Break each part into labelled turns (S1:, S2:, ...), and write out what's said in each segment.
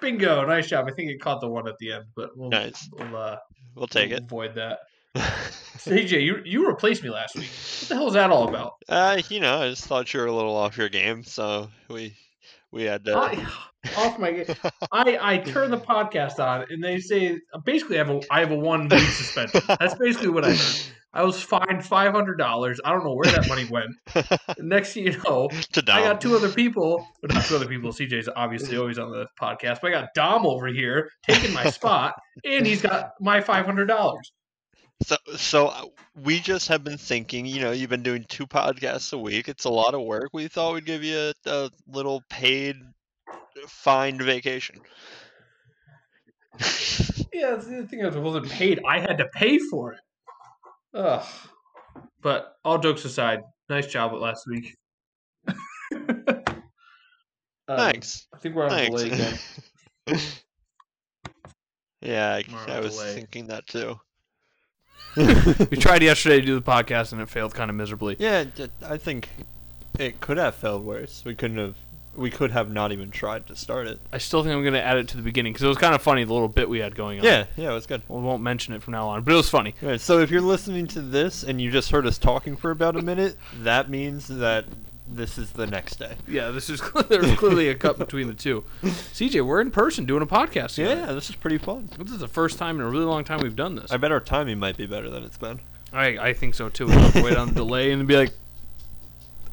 S1: Bingo! Nice job. I think it caught the one at the end, but we'll,
S2: Nice.
S1: we'll uh,
S2: We'll take
S1: we'll
S2: it.
S1: avoid that. Mm-hmm. CJ, you you replaced me last week. What the hell is that all about?
S2: uh, you know, I just thought you were a little off your game, so we we had to.
S1: I, off my game. I I turn the podcast on and they say basically I have a I have a one week suspension. That's basically what I heard. I was fined five hundred dollars. I don't know where that money went. Next thing you know,
S2: to
S1: I
S2: Dom.
S1: got two other people, but not two other people. CJ's obviously always on the podcast, but I got Dom over here taking my spot, and he's got my five hundred dollars.
S2: So, so uh, we just have been thinking. You know, you've been doing two podcasts a week. It's a lot of work. We thought we'd give you a, a little paid, fined vacation.
S1: Yeah, that's the thing is, it wasn't paid. I had to pay for it. Ugh. But all jokes aside, nice job last week. Um, Uh,
S2: Thanks.
S1: I think we're on
S2: Thanks.
S1: delay again.
S2: yeah, I,
S1: We're on
S2: I was
S1: delay.
S2: thinking that too.
S3: We tried yesterday to do the podcast and it failed kind of miserably.
S2: Yeah, d- I think it could have failed worse. We couldn't have. We could have not even tried to start it.
S3: I still think I'm going to add it to the beginning because it was kind of funny the little bit we had going on.
S2: Yeah, yeah, it was good.
S3: We won't mention it from now on, but it was funny.
S2: Alright, so if you're listening to this and you just heard us talking for about a minute, that means that this is the next day.
S3: Yeah, this is there's clearly a cut between the two. CJ, we're in person doing a podcast. together.
S2: Yeah, this is pretty fun.
S3: This is the first time in a really long time we've done this.
S2: I bet our timing might be better than it's been.
S3: I, I think so too. We have to wait on the delay and be like,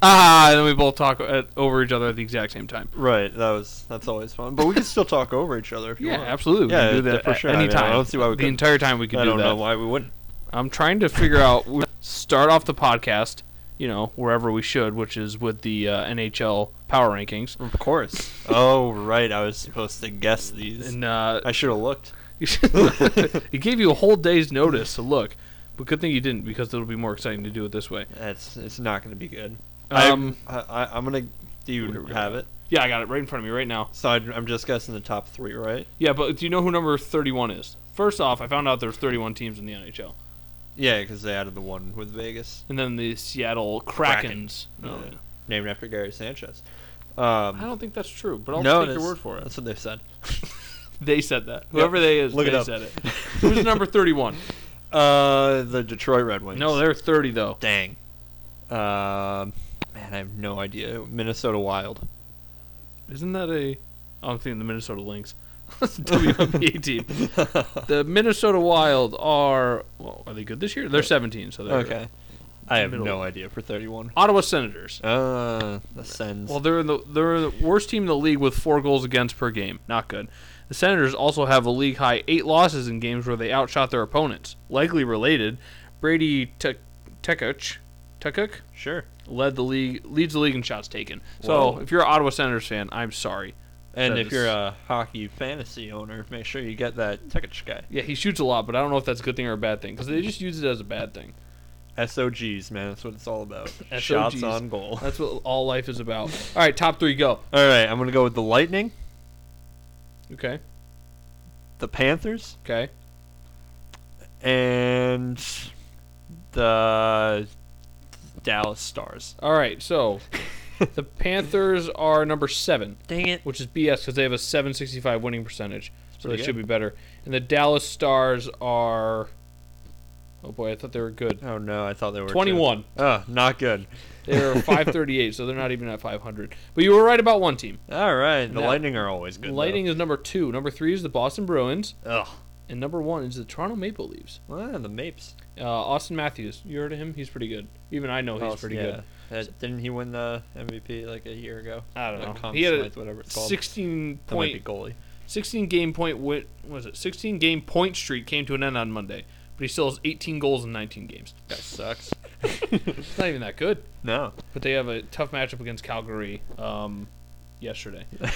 S3: ah, and then we both talk at, over each other at the exact same time.
S2: Right, that was that's always fun. But we can still talk over each other if you
S3: Yeah,
S2: want.
S3: absolutely. We
S2: Yeah,
S3: can do
S2: d-
S3: that
S2: for
S3: at
S2: sure. I
S3: Any
S2: mean, I
S3: time.
S2: don't see why we
S3: the
S2: couldn't.
S3: entire time we can
S2: I
S3: do
S2: don't
S3: that.
S2: know why we wouldn't.
S3: I'm trying to figure out. We start off the podcast, you know, wherever we should, which is with the uh, NHL power rankings.
S2: Of course. oh right, I was supposed to guess these.
S3: And uh,
S2: I should have looked.
S3: it gave you a whole day's notice to look, but good thing you didn't because it'll be more exciting to do it this way.
S2: It's it's not gonna be good.
S3: Um,
S2: I, I, I'm gonna. Do you
S3: Here we go.
S2: have it?
S3: yeah, I got it right in front of me right now.
S2: So I'd, I'm just guessing the top three, right?
S3: Yeah, but do you know who number 31 is? First off, I found out there's 31 teams in the NHL,
S2: Yeah, because they added the one with Vegas.
S3: and then the Seattle Krakens. No,
S2: Yeah. named after Gary Sanchez. Um,
S3: I don't think that's true, but I'll
S2: no,
S3: take your
S2: that's-
S3: word for it.
S2: That's what they've said.
S3: They said that. Whoever they is,
S2: Look it
S3: they
S2: up.
S3: said it. Who's number 31?
S2: Uh, the Detroit Red Wings.
S3: No, they're 30 though.
S2: dang. Um, man, I have no idea. Minnesota Wild.
S3: Isn't that a? Oh, I'm thinking the Minnesota Lynx. WNBA team. The Minnesota Wild are. Well, are they good this year? They're 17, so they're
S2: okay. I have
S3: Middle.
S2: no idea for 31.
S3: Ottawa Senators.
S2: Uh, the Sens.
S3: Well, they're in the they're the worst team in the league with four goals against per game. Not good. The Senators also have a league high eight losses in games where they outshot their opponents. Likely related, Brady Te- Tekuk Tekuk
S2: sure.
S3: led the league leads the league in shots taken.
S2: Whoa.
S3: So if you're an Ottawa Senators fan, I'm sorry.
S2: And
S3: That
S2: if
S3: is-
S2: you're a hockey fantasy owner, make sure you get that Tekic guy.
S3: Yeah, he shoots a lot, but I don't know if that's a good thing or a bad thing because they just use it as a bad thing.
S2: SOGs, man. That's what it's all about. Shots
S3: SOGs.
S2: on goal.
S3: That's what all life is about. All right, top three, go.
S2: All right, I'm going to go with the Lightning,
S3: Okay,
S2: the Panthers,
S3: okay.
S2: and the Dallas Stars.
S3: All right, so the Panthers are number seven,
S2: Dang it.
S3: which is BS because they have a 765 winning percentage, so
S2: Pretty
S3: they
S2: good.
S3: should be better. And the Dallas Stars are. Oh boy, I thought they were good.
S2: Oh no, I thought they were good.
S3: 21.
S2: Oh, not good.
S3: They're 538, so they're not even at 500. But you were right about one team.
S2: All right, the
S3: No.
S2: Lightning are always good. though.
S3: Lightning is number two. Number three is the Boston Bruins,
S2: Ugh.
S3: and number one is the Toronto Maple Leafs.
S2: Well, the Mapes.
S3: Uh, Austin Matthews, you heard of him? He's pretty good. Even I know he's
S2: Oh,
S3: pretty
S2: yeah.
S3: good.
S2: Uh, didn't he win the MVP like a year ago?
S3: I don't
S2: Uh,
S3: know.
S2: Conn
S3: He had a
S2: Smythe, whatever it's called.
S3: 16
S2: That might be
S3: point,
S2: goalie.
S3: 16 game point win. Was it 16 game point streak came to an end on Monday, but he still has 18 goals in 19 games.
S2: That sucks.
S3: It's not even that good.
S2: no.
S3: But they have a tough matchup against Calgary um, yesterday.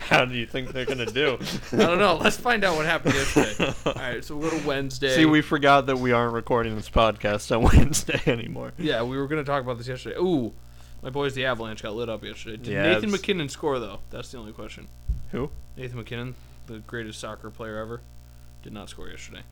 S2: How do you think they're gonna do?
S3: I don't know. Let's find out what happened yesterday. All right, so we'll go to Wednesday.
S2: See, we forgot that we aren't recording this podcast on Wednesday anymore.
S3: yeah, we were going to talk about this yesterday. Ooh, my boys, the Avalanche, got lit up yesterday. Did
S2: Yeah,
S3: Nathan
S2: it's-
S3: McKinnon score though? That's the only question.
S2: Who?
S3: Nathan McKinnon, the greatest soccer player ever, did not score yesterday.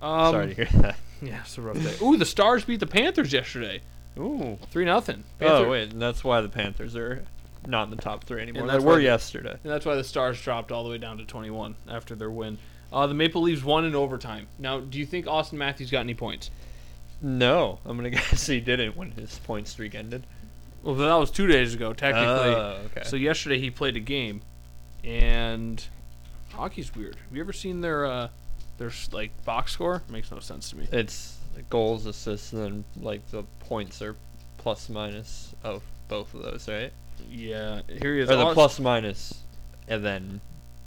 S3: Um,
S2: Sorry to hear that.
S3: Yeah, it's a rough day. Ooh, the Stars beat the Panthers yesterday,
S2: Ooh.
S3: three nothing.
S2: Oh wait, and that's why the Panthers are not in the top three anymore.
S3: And
S2: They
S3: that's
S2: were
S3: why-
S2: yesterday.
S3: And that's why the Stars dropped all the way down to 21 after their win. Uh, the Maple Leafs won in overtime. Now, do you think Austin Matthews got any points?
S2: No, I'm gonna guess he didn't when his point streak ended.
S3: Well, that was two days ago, technically.
S2: Oh, okay.
S3: So yesterday he played a game, and hockey's weird. Have you ever seen their uh, their like box score? Makes no sense to me.
S2: it's goals, assists, and then like the points are plus minus of both of those, right?
S3: Yeah, here he is.
S2: Or the
S3: Aus-
S2: plus minus, and then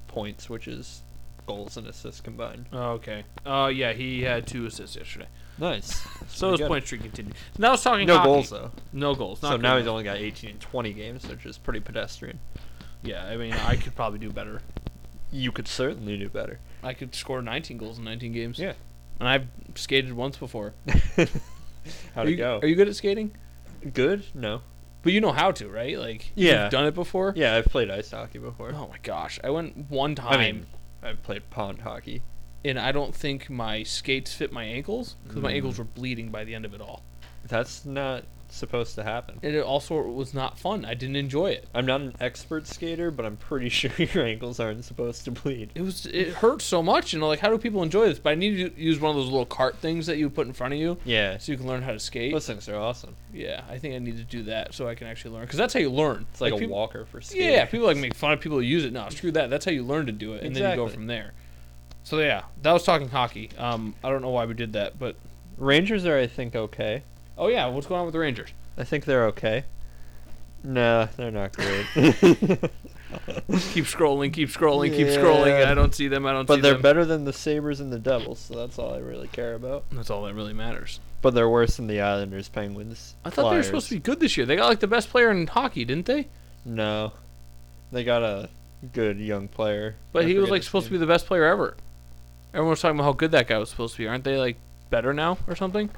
S2: points, which is goals and assists combined.
S3: Oh, okay. Uh, yeah, he had two assists yesterday.
S2: Nice.
S3: So his
S2: pretty good.
S3: point streak continued. Now it's talking
S2: No
S3: hockey.
S2: goals though.
S3: No goals. Not
S2: so
S3: good
S2: now he's
S3: enough.
S2: only got 18 and 20 games, which is pretty pedestrian.
S3: Yeah, I mean, I could probably do better.
S2: You could certainly do better.
S3: I could score 19 goals in 19 games.
S2: Yeah.
S3: And I've skated once before.
S2: How'd
S3: are
S2: it
S3: you,
S2: go?
S3: Are you good at skating?
S2: good? No.
S3: But you know how to, right? Like,
S2: Yeah.
S3: you've done it before?
S2: Yeah, I've played ice hockey before.
S3: Oh my gosh. I went one time
S2: I mean, I've played pond hockey.
S3: and I don't think my skates fit my ankles because my
S2: Mm.
S3: ankles were bleeding by the end of it all.
S2: That's not supposed to happen.
S3: And it also was not fun. I didn't enjoy it.
S2: I'm not an expert skater, but I'm pretty sure your ankles aren't supposed to bleed.
S3: It was it hurt so much and like how do people enjoy this? But I need to use one of those little cart things that you put in front of you
S2: Yeah.
S3: so you can learn how to skate.
S2: Those things are awesome.
S3: yeah, I think I need to do that so I can actually learn because that's how you learn.
S2: It's like, a
S3: people-
S2: walker for skating.
S3: Yeah, people like make fun of people who use it. No, screw that. That's how you learn to do it, and then you go
S2: Exactly.
S3: from there. So yeah, that was talking hockey. Um, I don't know why we did that, but
S2: Rangers are, I think, okay.
S3: oh yeah, what's going on with the Rangers?
S2: I think they're okay. No, they're not great.
S3: Keep scrolling, keep scrolling, keep scrolling.
S2: Yeah.
S3: I don't see them. I don't see
S2: but they're
S3: them.
S2: better than the Sabres and the Devils, so that's all I really care about.
S3: That's all that really matters.
S2: But they're worse than the Islanders, Penguins.
S3: I thought they were supposed to be good this year. They got like the best player in hockey, didn't they?
S2: No. They got a good young player.
S3: But
S2: I
S3: he was
S2: forget
S3: like
S2: his
S3: supposed to be
S2: name.
S3: the best player ever. Everyone was talking about how good that guy was supposed to be. Aren't they like better now or something?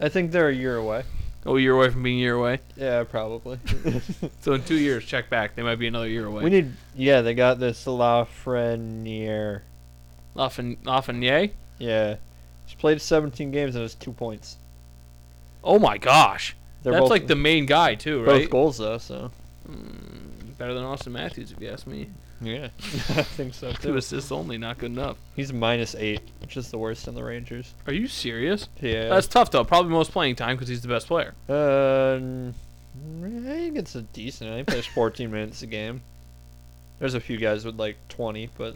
S2: I think they're a year away.
S3: Oh, a year away from being a year away.
S2: Yeah, probably.
S3: So in two years, check back. They might be another year away.
S2: we need. Yeah, they got this Lafreniere.
S3: Lafren- Lafreniere.
S2: Yeah. He's played 17 games and has two points.
S3: Oh my gosh.
S2: They're
S3: That's
S2: both,
S3: like the main guy too,
S2: both
S3: right? Mm,
S2: goals though, so
S3: Better than Austin Matthews, if you ask me.
S2: yeah, I think so
S3: Two
S2: too.
S3: assists only, not good enough.
S2: He's minus eight, which is the worst on the Rangers.
S3: Are you serious?
S2: Yeah,
S3: That's tough though. Probably most playing time because he's the best player.
S2: uh, n- I think it's a decent. I think he plays 14 minutes a game. There's a few guys with like 20, but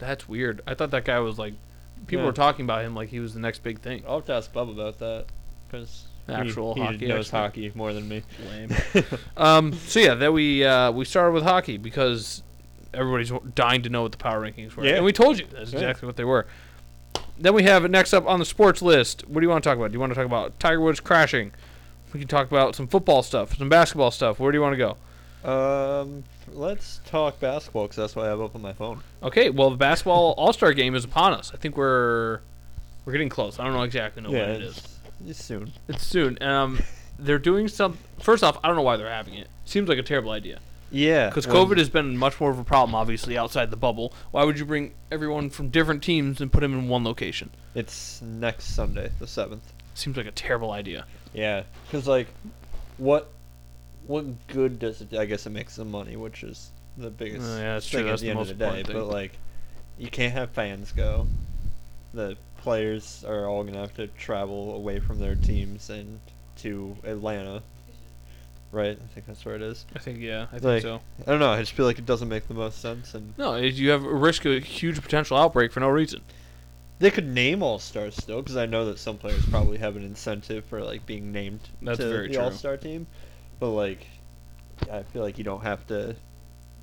S3: That's weird. I thought that guy was like, people
S2: Yeah.
S3: were talking about him like he was the next big thing.
S2: I'll have to ask Bub about that because
S3: Actual
S2: he,
S3: hockey
S2: knows
S3: expert.
S2: hockey more than me.
S3: Lame. um. So yeah, that we uh, we started with hockey because everybody's w- dying to know what the power rankings were,
S2: Yeah.
S3: and we told you that's
S2: Yeah.
S3: exactly what they were. Then we have next up on the sports list. What do you want to talk about? Do you want to talk about Tiger Woods crashing? We can talk about some football stuff, some basketball stuff. Where do you want to go?
S2: Um, let's talk basketball because that's what I have up on my phone.
S3: Okay, well the basketball All Star game is upon us. I think we're we're getting close. I don't know exactly know when Oh, it is.
S2: it's, it's soon.
S3: It's soon. Um, they're doing some. First off, I don't know why they're having it. Seems like a terrible idea
S2: Yeah,
S3: because
S2: when-
S3: COVID has been much more of a problem, obviously outside the bubble. Why would you bring everyone from different teams and put them in one location?
S2: It's next Sunday, the seventh.
S3: Seems like a terrible idea.
S2: Yeah, because like, what, what good does it? I guess it makes them money, which is the biggest
S3: Oh, yeah, that's true.
S2: thing
S3: That's
S2: at the,
S3: the
S2: end
S3: most
S2: of the day.
S3: important thing.
S2: But like, you can't have fans go. The players are all gonna have to travel away from their teams and to Atlanta, right? I think that's where it is.
S3: I think yeah, I think
S2: Like-
S3: so.
S2: I don't know. I just feel like it doesn't make the most sense, and
S3: No, it- you have a risk of a huge potential outbreak for no reason.
S2: they could name all stars still, because I know that some players probably have an incentive for like being named
S3: That's
S2: to
S3: very
S2: the
S3: true.
S2: all star team, but like, I feel like you don't have to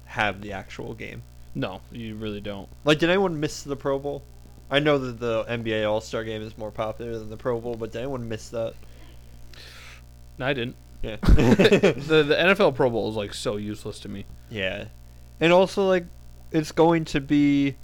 S2: have the actual game.
S3: No, you really don't.
S2: Like, did anyone miss the Pro Bowl? I know that the NBA All Star game is more popular than the Pro Bowl, but did anyone miss that?
S3: I didn't.
S2: Yeah.
S3: the the NFL Pro Bowl is like so useless to me.
S2: yeah, and also like, it's going to be,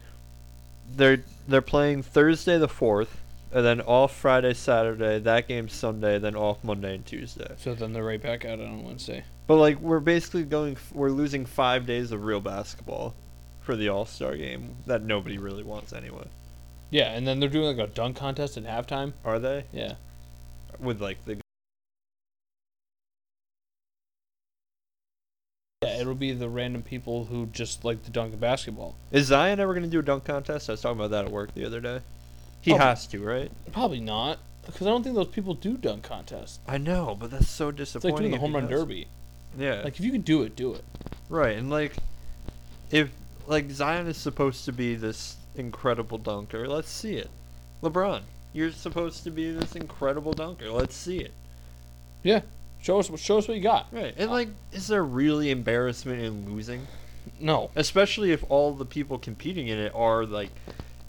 S2: they're they're playing Thursday the fourth, and then off Friday Saturday. That game Sunday, then off Monday and Tuesday.
S3: So then they're right back out on Wednesday.
S2: But like we're basically going, f- we're losing five days of real basketball for the All Star game that nobody really wants anyway.
S3: Yeah, and then they're doing like a dunk contest at halftime.
S2: Are they
S3: Yeah.
S2: with like the
S3: It'll be the random people who just like to dunk a basketball.
S2: Is Zion ever going to do a dunk contest? I was talking about that at work the other day. He
S3: Oh.
S2: has to, right?
S3: Probably not, because I don't think those people do dunk contests.
S2: I know, but that's so
S3: It's like
S2: disappointing.
S3: doing the
S2: if he
S3: home run
S2: does.
S3: derby.
S2: Yeah.
S3: Like if you can do it, do it.
S2: Right, and like, if like Zion is supposed to be this incredible dunker, let's see it. LeBron, you're supposed to be this incredible dunker. Let's see it.
S3: Show us, show us what you got.
S2: Right, and like, is there really embarrassment in losing?
S3: No,
S2: Especially if all the people competing in it are like,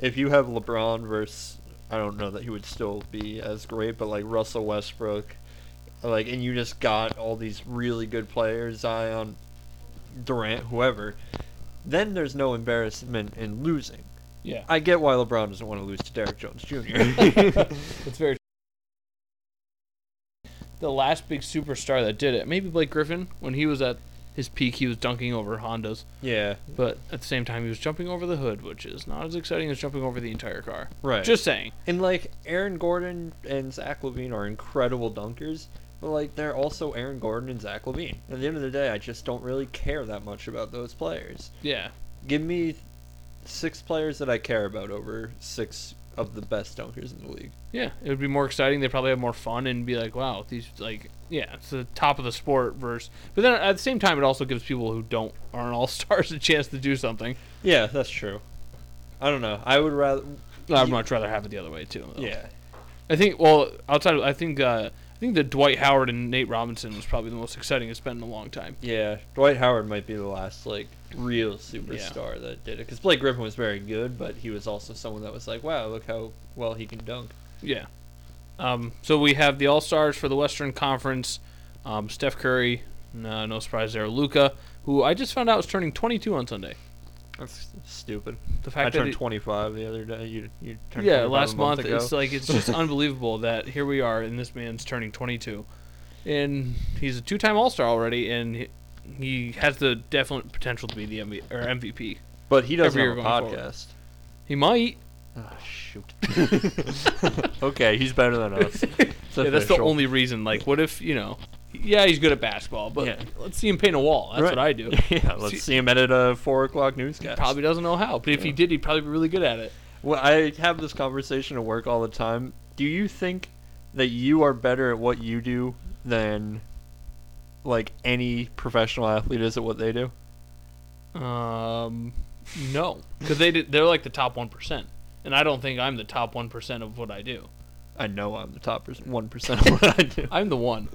S2: if you have LeBron versus, I don't know that he would still be as great, but like Russell Westbrook, like, and you just got all these really good players, Zion, Durant, whoever. Then there's no embarrassment in losing.
S3: Yeah.
S2: I get why LeBron doesn't want to lose to Derek Jones Jr.
S3: it's very. The last big superstar that did it, maybe Blake Griffin, when he was at his peak, he was dunking over Hondas,
S2: yeah,
S3: but at the same time, he was jumping over the hood, which is not as exciting as jumping over the entire car.
S2: right.
S3: Just saying.
S2: And like Aaron Gordon and Zach Levine are incredible dunkers, but like they're also Aaron Gordon and Zach Levine. At the end of the day, I just don't really care that much about those players.
S3: Yeah.
S2: Give me six players that I care about over six of the best dunkers in the league.
S3: Yeah, it would be more exciting. They probably have more fun and be like, "Wow, these like, yeah, it's the top of the sport." Versus, but then at the same time, it also gives people who don't aren't all stars a chance to do something.
S2: Yeah, that's true. I don't know. I would rather.
S3: I'd much rather have it the other way too. though.
S2: Yeah.
S3: I think. Well, outside, of, I think uh, I think the Dwight Howard and Nate Robinson was probably the most exciting it's been in a long time.
S2: Yeah, Dwight Howard might be the last like real superstar that did it because Blake Griffin was very good, but he was also someone that was like, wow, look how well he can dunk.
S3: Yeah. Um, so we have the All Stars for the Western Conference. Um, Steph Curry, no, no surprise there. Luca, who I just found out is turning 22 on Sunday.
S2: That's stupid.
S3: The fact
S2: I
S3: that
S2: turned
S3: it-
S2: 25 the other day. You you turned
S3: yeah
S2: 25
S3: last
S2: a
S3: month
S2: ago.
S3: it's uh, like it's just unbelievable that here we are and this man's turning 22 and he's a two-time all-star already and he, he has the definite potential to be the MV, or mvp
S2: but he doesn't
S3: every
S2: have a
S3: year going
S2: podcast.
S3: he might
S2: Ah, shoot. okay, he's better than us. It's
S3: yeah, that's the
S2: official.
S3: only reason like what if you know yeah he's good at basketball but
S2: Yeah.
S3: let's see him paint a wall that's
S2: Right.
S3: what i do
S2: yeah, let's
S3: See-
S2: see him edit a four o'clock newscast.
S3: probably doesn't know how but if he did he'd probably be really good at it
S2: Well, I have this conversation at work all the time. Do you think that you are better at what you do than like any professional athlete is at what they do?
S3: um no because they did, they're like the top 1% and i don't think i'm the top 1% of what i do
S2: I know I'm the top one percent of what I do.
S3: i'm the one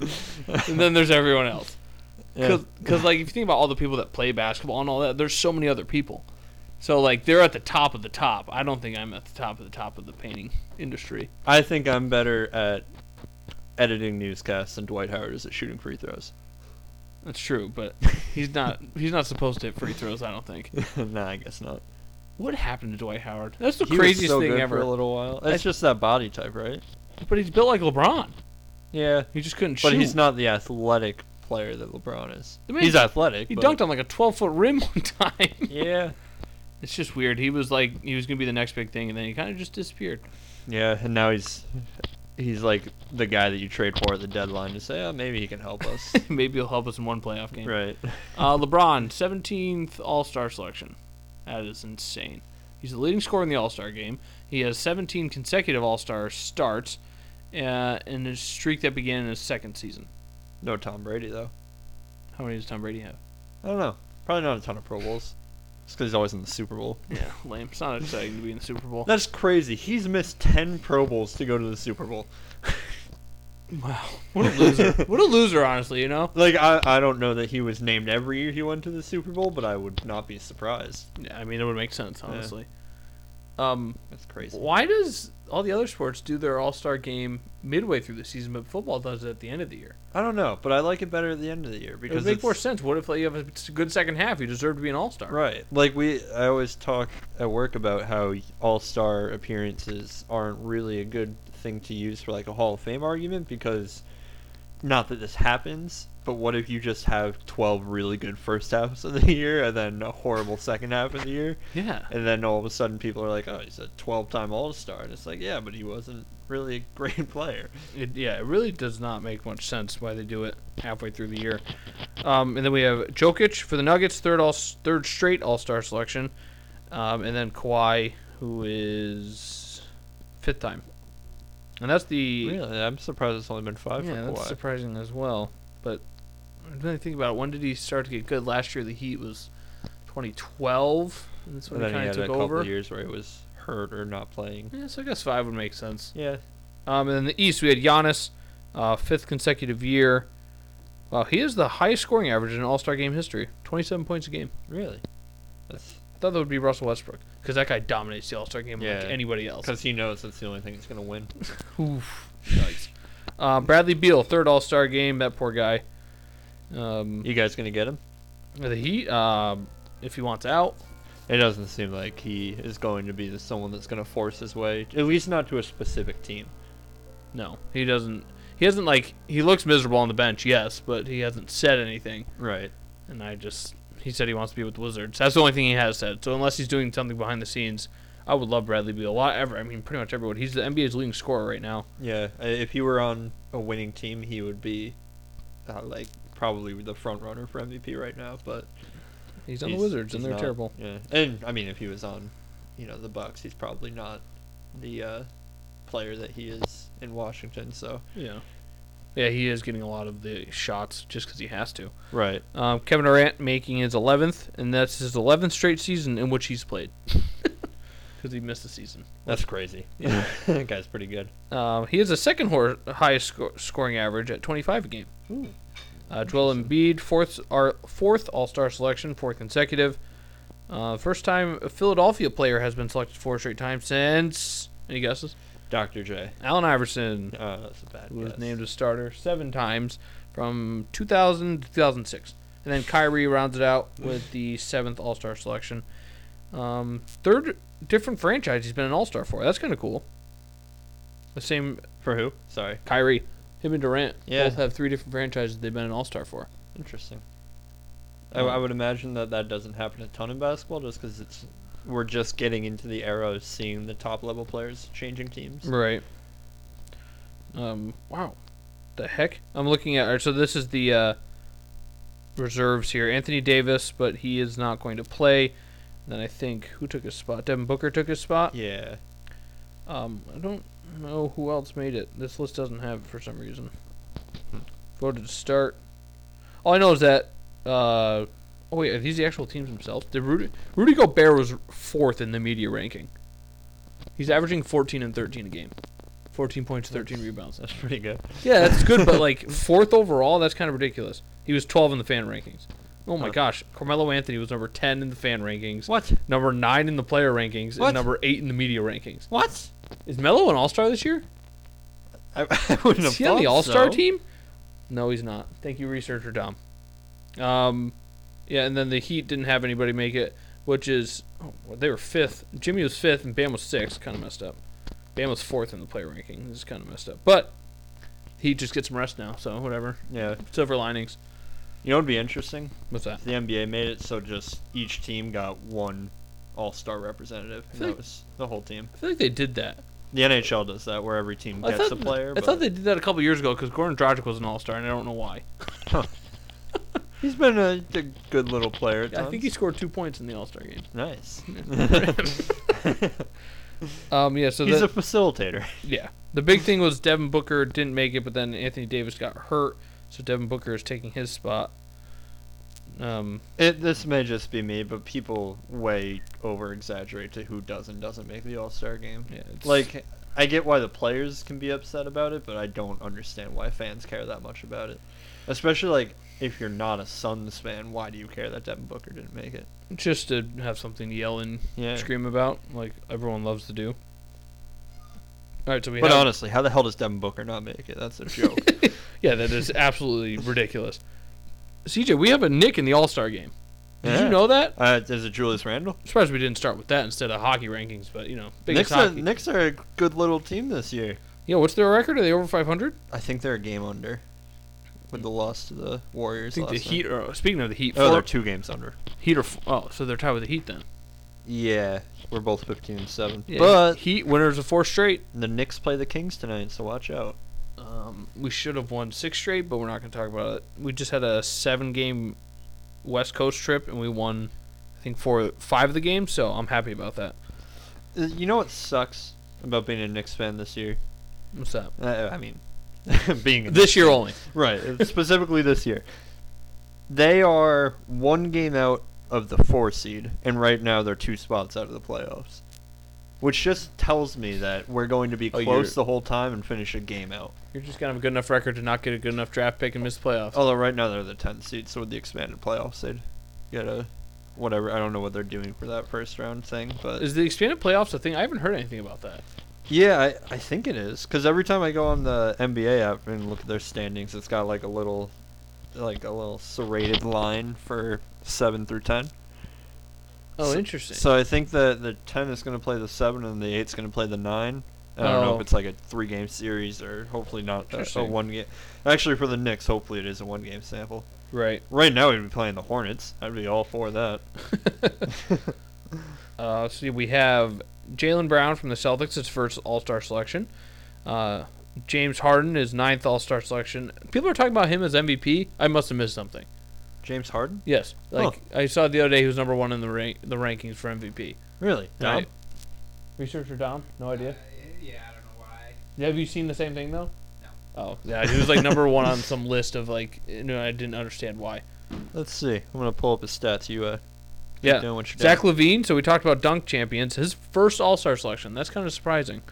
S3: and then there's everyone else
S2: Yeah.
S3: because like if you think about all the people that play basketball and all that there's so many other people so like they're at the top of the top i don't think i'm at the top of the top of the painting industry
S2: I think I'm better at editing newscasts than Dwight Howard is at shooting free throws.
S3: that's true but he's not he's not supposed to hit free throws i don't think
S2: nah, I guess not.
S3: what happened to dwight howard that's the
S2: He was
S3: craziest
S2: so
S3: thing
S2: good
S3: ever
S2: for a little while. It's just that body type, right?
S3: but he's built like lebron
S2: Yeah,
S3: he just couldn't
S2: but
S3: shoot
S2: he's not the athletic player that LeBron is.
S3: The man-
S2: he's athletic.
S3: he
S2: but-
S3: dunked on like a 12 foot rim one time
S2: Yeah,
S3: it's just weird he was like he was gonna be the next big thing and then he kind of just disappeared
S2: yeah, and now he's he's like the guy that you trade for at the deadline to say, oh, maybe he can help us.
S3: maybe he'll help us in one playoff game
S2: right.
S3: Uh, LeBron, 17th All Star selection. That is insane. He's the leading scorer in the All Star game. He has 17 consecutive All Star starts uh, in a streak that began in his second season.
S2: No Tom Brady though.
S3: How many does Tom Brady have?
S2: I don't know. Probably not a ton of Pro Bowls. Just because he's always in the Super Bowl.
S3: Yeah, lame. It's not exciting to be in the Super Bowl.
S2: That's crazy. He's missed ten Pro Bowls to go to the Super Bowl.
S3: Wow. What a loser. what a loser, honestly, you know?
S2: Like I, I don't know that he was named every year he went to the Super Bowl, but I would not be surprised.
S3: Yeah, I mean, it would make sense, honestly. Um,
S2: That's crazy.
S3: why does all the other sports do their All Star game midway through the season, but football does it at the end of the year?
S2: I don't know, but I like it better at the end of the year
S3: It would
S2: because
S3: make more
S2: it's-
S3: sense. What if like, you have a good second half? You deserve to be an All Star.
S2: Right. Like we I always talk at work about how all-star appearances aren't really a good thing to use for like a Hall of Fame argument because not that this happens, but what if you just have 12 really good first halves of the year and then a horrible second half of the year?
S3: Yeah.
S2: And then all of a sudden, people are like, "Oh, he's a 12-time All-Star," and it's like, "Yeah, but he wasn't really a great player.
S3: It, yeah, it really does not make much sense why they do it halfway through the year. Um, and then we have Jokic for the Nuggets, third all third straight All Star selection, um, and then Kawhi, who is fifth time, and that's the
S2: Really, I'm surprised it's only been five
S3: yeah,
S2: for
S3: that's
S2: Kawhi.
S3: surprising as well. But when I think about it, when did he start to get good? Last year, the Heat was 2012, and that's when
S2: and then he
S3: he kind
S2: had
S3: of
S2: a
S3: took
S2: couple
S3: over.
S2: of years where he was hurt or not playing.
S3: Yeah, so I guess five would make sense.
S2: Yeah,
S3: Um, and in the East, we had Giannis, uh, fifth consecutive year. Wow, he is the highest scoring average in All Star game history 27 points a game.
S2: really. That's
S3: I thought that would be Russell Westbrook because that guy dominates the All Star game
S2: Yeah.
S3: like anybody else.
S2: because he knows that's the only thing that's gonna win.
S3: Oof. Yikes. Uh, Bradley Beal, third All Star game. That poor guy. Um,
S2: You guys gonna get him?
S3: the Heat, um, if he wants out,
S2: It doesn't seem like he is going to be the, someone that's gonna force his way, at least not to a specific team.
S3: no, he doesn't. He hasn't like he looks miserable on the bench, yes, but he hasn't said anything.
S2: Right.
S3: and I just he said he wants to be with the Wizards. That's the only thing he has said. So unless he's doing something behind the scenes, I would love Bradley Beal. A lot ever. I mean, pretty much everyone. He's the NBA's leading scorer right now.
S2: Yeah. i- If he were on a winning team, he would be, uh, like, probably the front runner for MVP right now. But
S3: He's on the
S2: he's-
S3: Wizards, and
S2: he's
S3: they're
S2: not-
S3: terrible.
S2: Yeah. And I mean, if he was on, you know, the Bucks, he's probably not the uh, player that he is in Washington. So.
S3: Yeah. Yeah, he is getting a lot of the shots just because he has to.
S2: Right.
S3: Um, Kevin Durant making his 11th, and that's his 11th straight season in which he's played. Because he missed a season.
S2: That's crazy. Yeah. that guy's pretty good.
S3: Um, he has the second hor- highest sco- scoring average at 25 a game.
S2: Ooh.
S3: Uh, Joel Embiid, fourth our fourth All Star selection, fourth consecutive. Uh, first time a Philadelphia player has been selected four straight times since. Any guesses?
S2: Dr. J.
S3: Allen Iverson,
S2: Oh, that's a bad
S3: who was
S2: guess.
S3: named a starter seven times from 2000 to 2006, and then Kyrie rounds it out with the seventh All Star selection. Um, third different franchise he's been an All Star for. That's kind of cool. The same
S2: For who? Sorry.
S3: Kyrie, him and Durant
S2: Yeah.
S3: both have three different franchises they've been an All Star for.
S2: Interesting. I, I would imagine that that doesn't happen a ton in basketball, just because it's we're just getting into the era of seeing the top level players changing teams.
S3: Right. Um. Wow. The heck! I'm looking at. All right, so this is the uh, reserves here. Anthony Davis, but he is not going to play. Then I think who took his spot? Devin Booker took his spot.
S2: Yeah.
S3: Um. I don't know who else made it. This list doesn't have it for some reason. Voted to start. All I know is that. Uh. Oh wait, are these the actual teams themselves? Did Rudy Rudy Gobert was fourth in the media ranking. He's averaging 14 and 13 a game. 14 points, 13 rebounds.
S2: That's pretty good.
S3: Yeah, that's good, but like fourth overall, that's kind of ridiculous. He was 12 in the fan rankings. Oh my
S2: Huh.
S3: gosh, Carmelo Anthony was number 10 in the fan rankings,
S2: What?
S3: number nine in the player rankings,
S2: What?
S3: and number eight in the media rankings.
S2: What?
S3: Is Melo an All Star this year?
S2: I, I wouldn't have
S3: Is he on the
S2: thought
S3: All Star
S2: so.
S3: team? No, he's not. Thank you, researcher Dom. Um, yeah, and then the Heat didn't have anybody make it, which is oh, well, they were fifth. Jimmy was fifth, and Bam was sixth. Kind of messed up. Bam was fourth in the player ranking. This is kind of messed up, but he just gets some rest now, so whatever.
S2: Yeah.
S3: Silver linings.
S2: You know what'd be interesting?
S3: What's that?
S2: If the NBA made it so just each team got one All Star representative. And
S3: feel
S2: that
S3: like-
S2: was the whole team.
S3: I feel like they did that.
S2: The NHL does that, where every team
S3: I
S2: gets
S3: thought,
S2: a player.
S3: I
S2: but
S3: thought they did that a couple years ago because Goran Dragic was an All Star, and I don't know why.
S2: he's been a, a good little player. At
S3: I think he
S2: times.
S3: scored two points in the All Star game.
S2: nice.
S3: Um, yeah. So
S2: he's
S3: the,
S2: a facilitator.
S3: yeah, the big thing was Devin Booker didn't make it, but then Anthony Davis got hurt, so Devin Booker is taking his spot. Um,
S2: It, this may just be me, but people way over exaggerate to who does and doesn't make the All Star game.
S3: yeah, it's,
S2: Like, I get why the players can be upset about it, but I don't understand why fans care that much about it. Especially, like, if you're not a Suns fan, why do you care that Devin Booker didn't make it?
S3: just to have something to yell and
S2: Yeah.
S3: scream about, like everyone loves to do. All right, so we
S2: But
S3: have
S2: honestly, how the hell does Devin Booker not make it? That's a joke.
S3: yeah, that is absolutely ridiculous. CJ, we have a Nick in the All Star game. Did
S2: Yeah.
S3: you know that?
S2: uh, is it Julius Randle?
S3: I'm surprised we didn't start with that instead of hockey rankings, but you know, biggest
S2: Knicks are,
S3: hockey.
S2: Knicks are a good little team this year.
S3: yeah, what's their record? Are they over 500?
S2: I think they're a game under with the loss to the
S3: I
S2: Warriors.
S3: think the
S2: last night.
S3: Heat. Are, speaking of the Heat,
S2: Oh,
S3: four,
S2: they're two games under.
S3: Heat are. f- Oh, so they're tied with the Heat then.
S2: Yeah, we're both 15 and 7.
S3: Yeah,
S2: But
S3: Heat winners of four straight.
S2: the Knicks play the Kings tonight, so watch out.
S3: Um, we should have won six straight, but we're not going to talk about it. We just had a seven-game West Coast trip, and we won, I think, four, five of the games. So I'm happy about that.
S2: Uh, You know what sucks about being a Knicks fan this year?
S3: What's that?
S2: Uh, I mean, being a
S3: This year only.
S2: Right, uh, specifically this year. They are one game out of the four seed, and right now they're two spots out of the playoffs. Which just tells me that we're going to be
S3: Oh, you're-
S2: close the whole time and finish a game out.
S3: You're just gonna have a good enough record to not get a good enough draft pick and miss the playoffs.
S2: Although right now they're the 10th seed, so with the expanded playoffs, they'd get a whatever. I don't know what they're doing for that first round thing, but
S3: Is the expanded playoffs a thing? I haven't heard anything about that.
S2: yeah, I, I think it is. Because every time I go on the NBA app and look at their standings, it's got like a little, like a little serrated line for seven through ten.
S3: Oh,
S2: So-
S3: interesting.
S2: So I think the the ten is going to play the seven, and the eight's going to play the nine. I don't know
S3: Oh.
S2: if it's like a three game series or hopefully not a, a
S3: Interesting.
S2: one game. Actually, for the Knicks, hopefully it is a one game sample.
S3: right.
S2: Right now, we'd be playing the Hornets. I'd be all for that.
S3: uh, see, we have Jalen Brown from the Celtics, his first All Star selection. Uh, James Harden, his ninth All Star selection. People are talking about him as MVP. I must have missed something.
S2: James Harden,
S3: Yes, like I saw the other day, he was number one in the rank the rankings for MVP.
S2: really?
S3: Dom?
S2: Right.
S3: Researcher Dom, no idea.
S4: yeah, I don't know why.
S3: Have you seen the same thing though?
S4: No.
S3: Oh, yeah, he was like number one on some list of like, no, I didn't understand why.
S2: Let's see. I'm gonna pull up his stats. You uh, keep
S3: Yeah,
S2: doing what you're
S3: Zach Levine. So we talked about dunk champions. His first All Star selection. That's kind of surprising.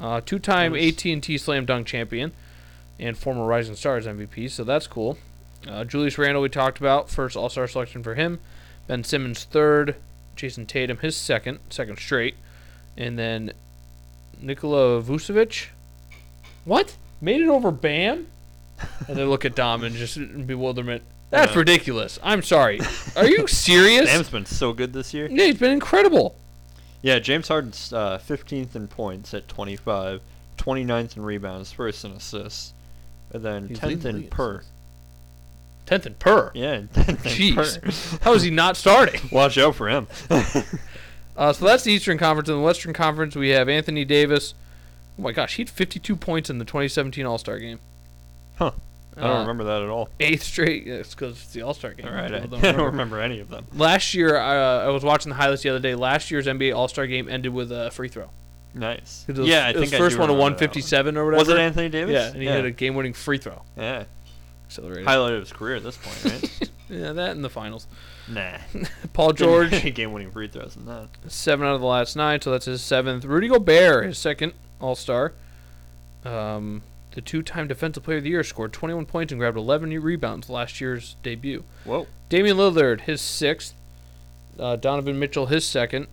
S3: Uh, two-time
S2: Nice.
S3: AT&T Slam Dunk champion and former Rising Stars MVP. So that's cool. Uh, Julius Randle we talked about first All Star selection for him. Ben Simmons third. Jason Tatum his second, second straight, and then Nikola Vucevic. What made it over Bam? And they look at Dom and just in bewilderment. That's
S2: Yeah.
S3: ridiculous. I'm sorry. Are you serious?
S2: doing. Sam's been so good this year.
S3: Yeah, he's been incredible.
S2: Yeah, James Harden's uh, 15th in points at 25, 29th in rebounds, first in assists, and then
S3: He's
S2: 10th
S3: leading
S2: in
S3: the
S2: per.
S3: Tenth and per.
S2: Yeah, and 10th in per.
S3: Jeez, how is he not starting?
S2: Watch out for him.
S3: Uh, so that's the Eastern Conference. In the Western Conference, we have Anthony Davis. Oh my gosh, he had 52 points in the 2017 All Star game.
S2: Huh. I don't
S3: Uh,
S2: remember that at all.
S3: Eighth straight. It's because it's the All Star game.
S2: All right, I
S3: People
S2: don't remember any of them.
S3: Last year, uh, I was watching the highlights the other day. Last year's NBA All Star game ended with a free throw.
S2: Nice.
S3: 'Cause It was,
S2: yeah, I
S3: it
S2: think
S3: was
S2: I
S3: first
S2: do
S3: one to
S2: remember that
S3: 157 or
S2: one.
S3: whatever.
S2: Was it Anthony Davis?
S3: Yeah, and he
S2: yeah.
S3: had a game winning free throw.
S2: yeah.
S3: Accelerated.
S2: highlight of his career at this point, right?
S3: yeah, that in the finals.
S2: nah.
S3: Paul George.
S2: game winning free throws and that.
S3: seven out of the last nine, so that's his seventh. Rudy Gobert, his second All Star. Um, the two-time Defensive Player of the Year scored 21 points and grabbed 11 new rebounds last year's debut.
S2: Whoa.
S3: Damian Lillard, his sixth. Uh, Donovan Mitchell, his second.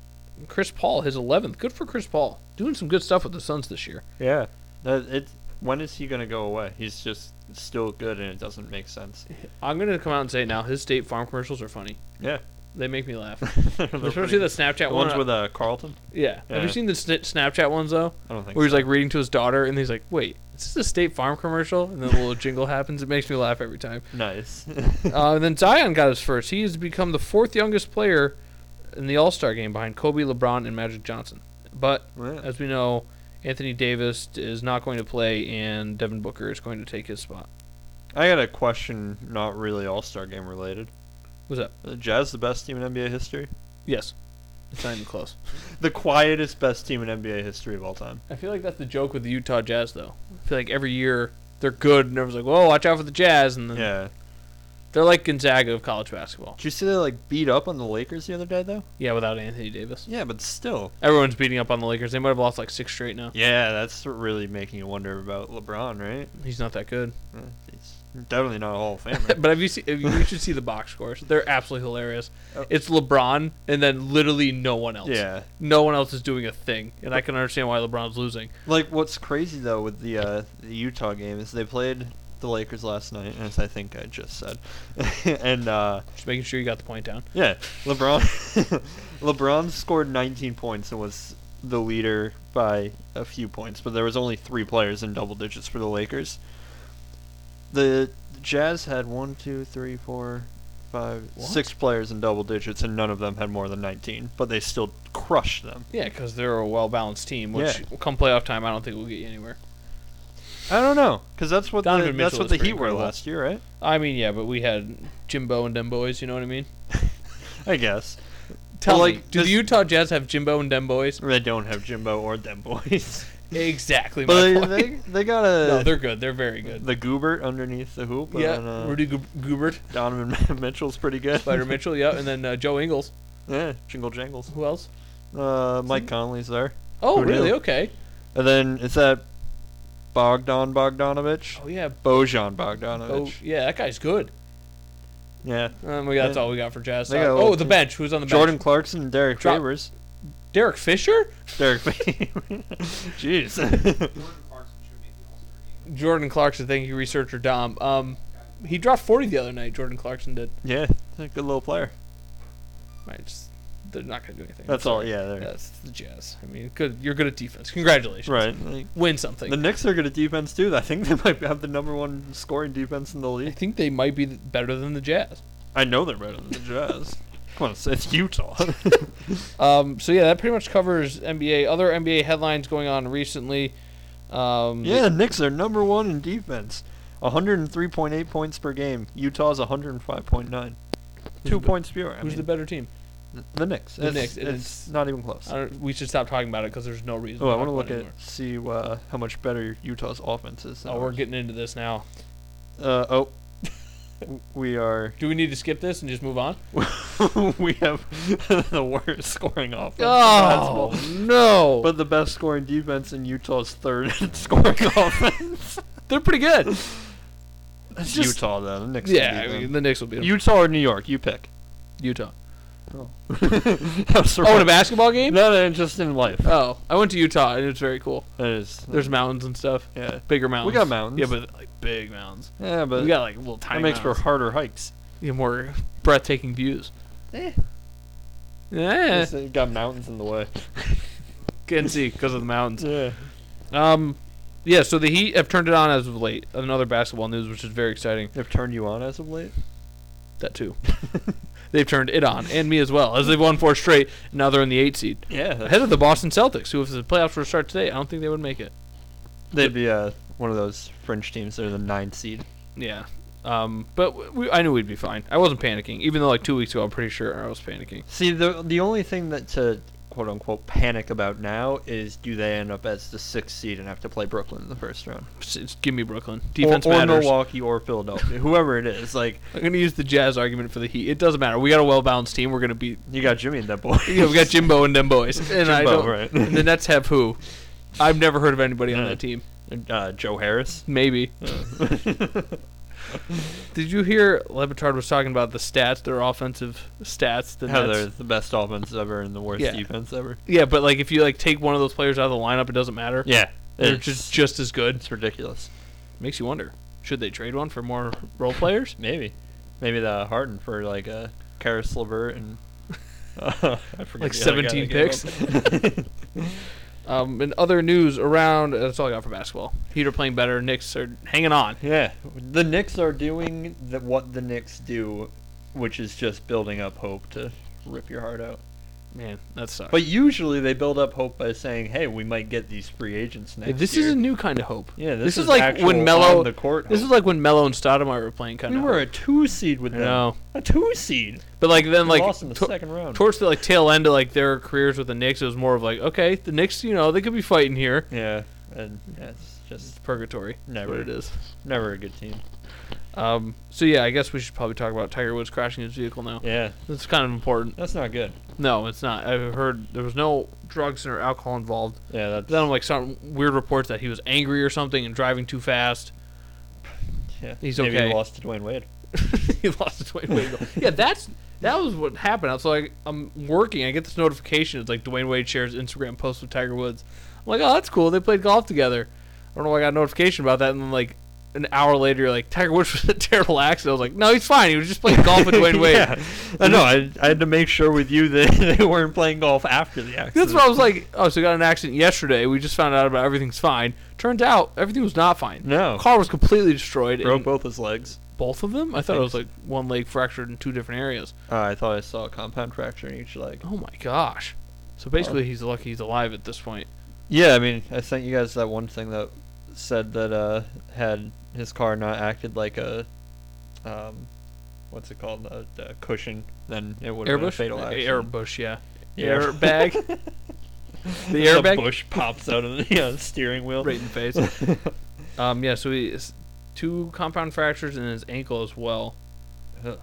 S3: Chris Paul, his 11th. Good for Chris Paul. Doing some good stuff with the Suns this year.
S2: Yeah. That, it, when is he going to go away? He's just still good and it doesn't make sense.
S3: I'm going to come out and say now, his State Farm commercials are funny.
S2: Yeah.
S3: They make me laugh.
S2: They're pretty-
S3: Especially the Snapchat
S2: the
S3: one.
S2: ones with uh, Carlton?
S3: yeah. Have
S2: yeah.
S3: you seen the Sna- Snapchat ones, though?
S2: I don't think
S3: where he's
S2: so.
S3: like reading to his daughter, and he's like, "Wait, is this a State Farm commercial?" And then a little jingle happens. It makes me laugh every time.
S2: Nice.
S3: Uh, and then Zion got his first. He has become the fourth youngest player in the All Star game behind Kobe, LeBron, and Magic Johnson. But
S2: Wow.
S3: as we know, Anthony Davis is not going to play, and Devin Booker is going to take his spot.
S2: I got a question not really All Star game related.
S3: What's up?
S2: Are the Jazz the best team in NBA history?
S3: Yes, it's not even close.
S2: The quietest best team in NBA history of all time.
S3: I feel like that's the joke with the Utah Jazz, though. I feel like every year they're good, and everyone's like, "Whoa, watch out for the Jazz," and then
S2: Yeah.
S3: they're like Gonzaga of college basketball.
S2: Did you see they like beat up on the Lakers the other day though?
S3: Yeah, without Anthony Davis.
S2: Yeah, but still.
S3: Everyone's beating up on the Lakers. They might have lost like six straight now.
S2: Yeah, that's really making you wonder about LeBron, right?
S3: He's not that good.
S2: Yeah, He's definitely not a Hall of Famer.
S3: but have you seen? You should see the box scores. They're absolutely hilarious.
S2: Oh.
S3: It's LeBron and then literally no one else.
S2: yeah.
S3: No one else is doing a thing, and I can understand why LeBron's losing.
S2: Like what's crazy though with the uh, the Utah game is they played the Lakers last night, as I think I just said, and uh,
S3: Just making sure you got the point down.
S2: yeah, LeBron LeBron scored 19 points and was the leader by a few points, but there was only three players in double digits for the Lakers. The Jazz had one, two, three, four, five, six players in double digits, and none of them had more than 19, but they still crushed them.
S3: Yeah, because they're a well balanced team, which come playoff time, I don't think will get you anywhere.
S2: I don't know, because that's what the,
S3: Donovan
S2: that's
S3: Mitchell
S2: what
S3: is
S2: the
S3: pretty
S2: Heat were
S3: incredible.
S2: last year, right?
S3: I mean, yeah, but we had Jimbo and Dem boys. You know what I mean?
S2: I guess
S3: Tell
S2: Well,
S3: me,
S2: like,
S3: do
S2: this-
S3: the Utah Jazz have Jimbo and Dem boys?
S2: they don't have Jimbo or them boys,
S3: Exactly.
S2: but
S3: my
S2: they,
S3: point.
S2: they they got a
S3: no, they're good. They're very good.
S2: the Goobert underneath the hoop.
S3: yeah,
S2: and, uh,
S3: Rudy Gu- Goobert,
S2: Donovan Mitchell's pretty good.
S3: Spider Mitchell, yeah, and then uh, Joe Ingles.
S2: yeah, Jingle Jangles.
S3: Who else?
S2: Uh, Mike Conley's there,
S3: Oh,
S2: Who
S3: really?
S2: knew?
S3: Okay.
S2: and then it's that Bogdan Bogdanovich,
S3: Oh yeah.
S2: Bojan
S3: Oh
S2: Bogdanovich.
S3: yeah, that guy's good.
S2: Yeah,
S3: Um, we got, that's all we got for Jazz.
S2: They got a
S3: Uh,
S2: little
S3: oh, the
S2: team.
S3: bench. Who's on the
S2: Jordan
S3: bench?
S2: Clarkson and Derek
S3: Drop-
S2: Favors.
S3: Derek Fisher.
S2: Derek Favors. Jeez.
S3: Jordan Clarkson. Thank you, researcher Dom. Um, he dropped forty the other night. Jordan Clarkson did.
S2: yeah, a good little player.
S3: I just, they're not gonna do anything.
S2: That's
S3: I'm
S2: all.
S3: sorry.
S2: Yeah, there.
S3: That's the Jazz. I mean, good. You're good at defense. Congratulations.
S2: Right. like,
S3: Win something.
S2: the Knicks are good at defense too. I think they might have the number one scoring defense in the
S3: I
S2: league.
S3: think they might be better than the Jazz.
S2: I know they're better than the Jazz. Come on, it's- it's Utah.
S3: Um, so yeah, that pretty much covers NBA. Other NBA headlines going on recently. Um,
S2: yeah, the Knicks are number one in defense. 103.8 points per game. Utah's 105.9. Two
S3: the-
S2: points fewer. I
S3: Who's the
S2: mean,
S3: better team?
S2: the Knicks.
S3: The
S2: it's,
S3: Knicks, it
S2: It's
S3: is-
S2: not even close.
S3: I don't, we should stop talking about it because there's no reason.
S2: Oh, I
S3: want to
S2: look
S3: talk
S2: at
S3: about it
S2: see uh, how much better Utah's offense is. than
S3: anymore. Oh, we're
S2: ours.
S3: getting into this now.
S2: Uh, oh, W- we are.
S3: Do we need to skip this and just move on?
S2: we have the worst scoring offense. in basketball.
S3: no!
S2: Oh.
S3: Oh, But
S2: But the best scoring defense in Utah's third in scoring offense.
S3: they're pretty good.
S2: It's
S3: just-
S2: Utah though. The Knicks.
S3: yeah,
S2: can beat
S3: I
S2: them.
S3: mean, the Knicks will beat them.
S2: Utah or New York, you pick.
S3: Utah.
S2: That was
S3: Oh, in a
S2: wrong.
S3: basketball game?
S2: No, no, just in life.
S3: Oh, I went to Utah and it's very cool.
S2: That is.
S3: There's mountains and stuff,
S2: Yeah.
S3: bigger mountains.
S2: Mm-hmm. We got mountains.
S3: Yeah, but like big mountains.
S2: Yeah, but
S3: we got like little tiny.
S2: that makes for
S3: mountains.
S2: harder hikes.
S3: Yeah, more breathtaking views. Eh. Yeah,
S2: It's- it got mountains in the way.
S3: can see because of the mountains.
S2: Yeah.
S3: Um, yeah. So the Heat have turned it on as of late. Another basketball news, which is very exciting.
S2: They've turned you on as of late.
S3: That too. they've turned it on, and me as well, as they've won four straight. and Now they're in the eight seed,
S2: Yeah.
S3: ahead of the Boston Celtics, who if the playoffs were to start today, I don't think they would make it.
S2: They'd be uh, one of those French teams. They're the ninth seed.
S3: Yeah. Um, but we, I knew we'd be fine. I wasn't panicking, even though like two weeks ago, I'm pretty sure I was panicking.
S2: See, the the only thing that to quote unquote panic about now is do they end up as the sixth seed and have to play Brooklyn in the first round?
S3: Just- just give me Brooklyn. Defense
S2: or, or
S3: matters.
S2: Milwaukee or Philadelphia, whoever it is. Like
S3: I'm gonna use the Jazz argument for the Heat. It doesn't matter. We got a well balanced team. We're gonna beat.
S2: you got Jimmy and that boy.
S3: Yeah, we got Jimbo and them boys. And I
S2: Jimbo,
S3: don't,
S2: right.
S3: and the Nets have who? I've never heard of anybody on
S2: Yeah.
S3: that team.
S2: uh, Joe Harris.
S3: Maybe. Did you hear Levitard was talking about the stats, their offensive stats? The
S2: How
S3: Nets?
S2: they're the best offense ever and the worst
S3: Yeah.
S2: defense ever.
S3: Yeah, but like if you like take one of those players out of the lineup, it doesn't matter.
S2: Yeah,
S3: they're
S2: it's
S3: just just as good.
S2: it's ridiculous.
S3: Makes you wonder. Should they trade one for more role players?
S2: Maybe, maybe the Harden for like a Karis LeVert and I forget
S3: Like
S2: the other guy
S3: 17
S2: they gave up.
S3: Um, and other news around. uh, That's all I got for basketball. Heat are playing better. Knicks are hanging on.
S2: yeah, the Knicks are doing the, what the Knicks do, which is just building up hope to rip your heart out.
S3: Man, that sucks.
S2: But usually they build up hope by saying, "Hey, we might get these free agents next
S3: this
S2: year."
S3: is a new kind of hope.
S2: yeah,
S3: this, is, like when Melo.
S2: on the court.
S3: This
S2: hope.
S3: is like when Melo and Stoudemire were playing kind
S2: we
S3: of.
S2: were a two seed with
S3: I
S2: them.
S3: know.
S2: A two seed.
S3: But like then
S2: We
S3: like
S2: lost in the
S3: to-
S2: second round.
S3: towards the like tail end of like their careers with the Knicks, it was more of like okay, the Knicks, you know, they could be fighting here.
S2: yeah, and yeah, it's just
S3: It's purgatory. is
S2: Never.
S3: what it is.
S2: never a good team.
S3: Um, so yeah, I guess we should probably talk about Tiger Woods crashing his vehicle now.
S2: Yeah,
S3: That's kind of important.
S2: that's not good.
S3: No, it's not. I heard there was no drugs or alcohol involved.
S2: Yeah, that's
S3: Then I'm like some weird reports that he was angry or something and driving too fast.
S2: yeah.
S3: he's
S2: Maybe
S3: okay.
S2: He lost to Dwayne Wade.
S3: he lost his Dwayne Wade. goal. yeah, that's that was what happened. I was like, I'm working. I get this notification. It's like Dwayne Wade shares Instagram post with Tiger Woods. I'm like, oh, that's cool. They played golf together. I don't know. why I got a notification about that, and then like an hour later, you're like Tiger Woods was in a terrible accident. I was like, no, he's fine. He was just playing golf with Dwayne Wade.
S2: yeah. I know. I, I had to make sure with you that they weren't playing golf after the accident.
S3: That's what I was like. Oh, so we got in an accident yesterday. We just found out about everything's fine. Turns out everything was not fine.
S2: No.
S3: car was completely destroyed.
S2: Broke
S3: and-
S2: both his legs.
S3: both of them? I, thought it
S2: think
S3: was like one leg fractured in two different areas.
S2: Uh, I thought I saw a compound fracture in each leg.
S3: Oh my gosh. So basically, he's lucky he's alive at this point.
S2: Yeah, I mean, I sent you guys that one thing that said that uh, had his car not acted like a, um, what's it called, a, a cushion, then it would have been a
S3: Airbush?
S2: fatal
S3: Uh,
S2: accident.
S3: Airbush, yeah.
S2: Yeah.
S3: Airbag? the
S2: Just a
S3: airbag?
S2: bush pops out of the yeah, the steering wheel.
S3: Right in the face. Um, yeah, so he is two compound fractures in his ankle as well.
S2: Ugh.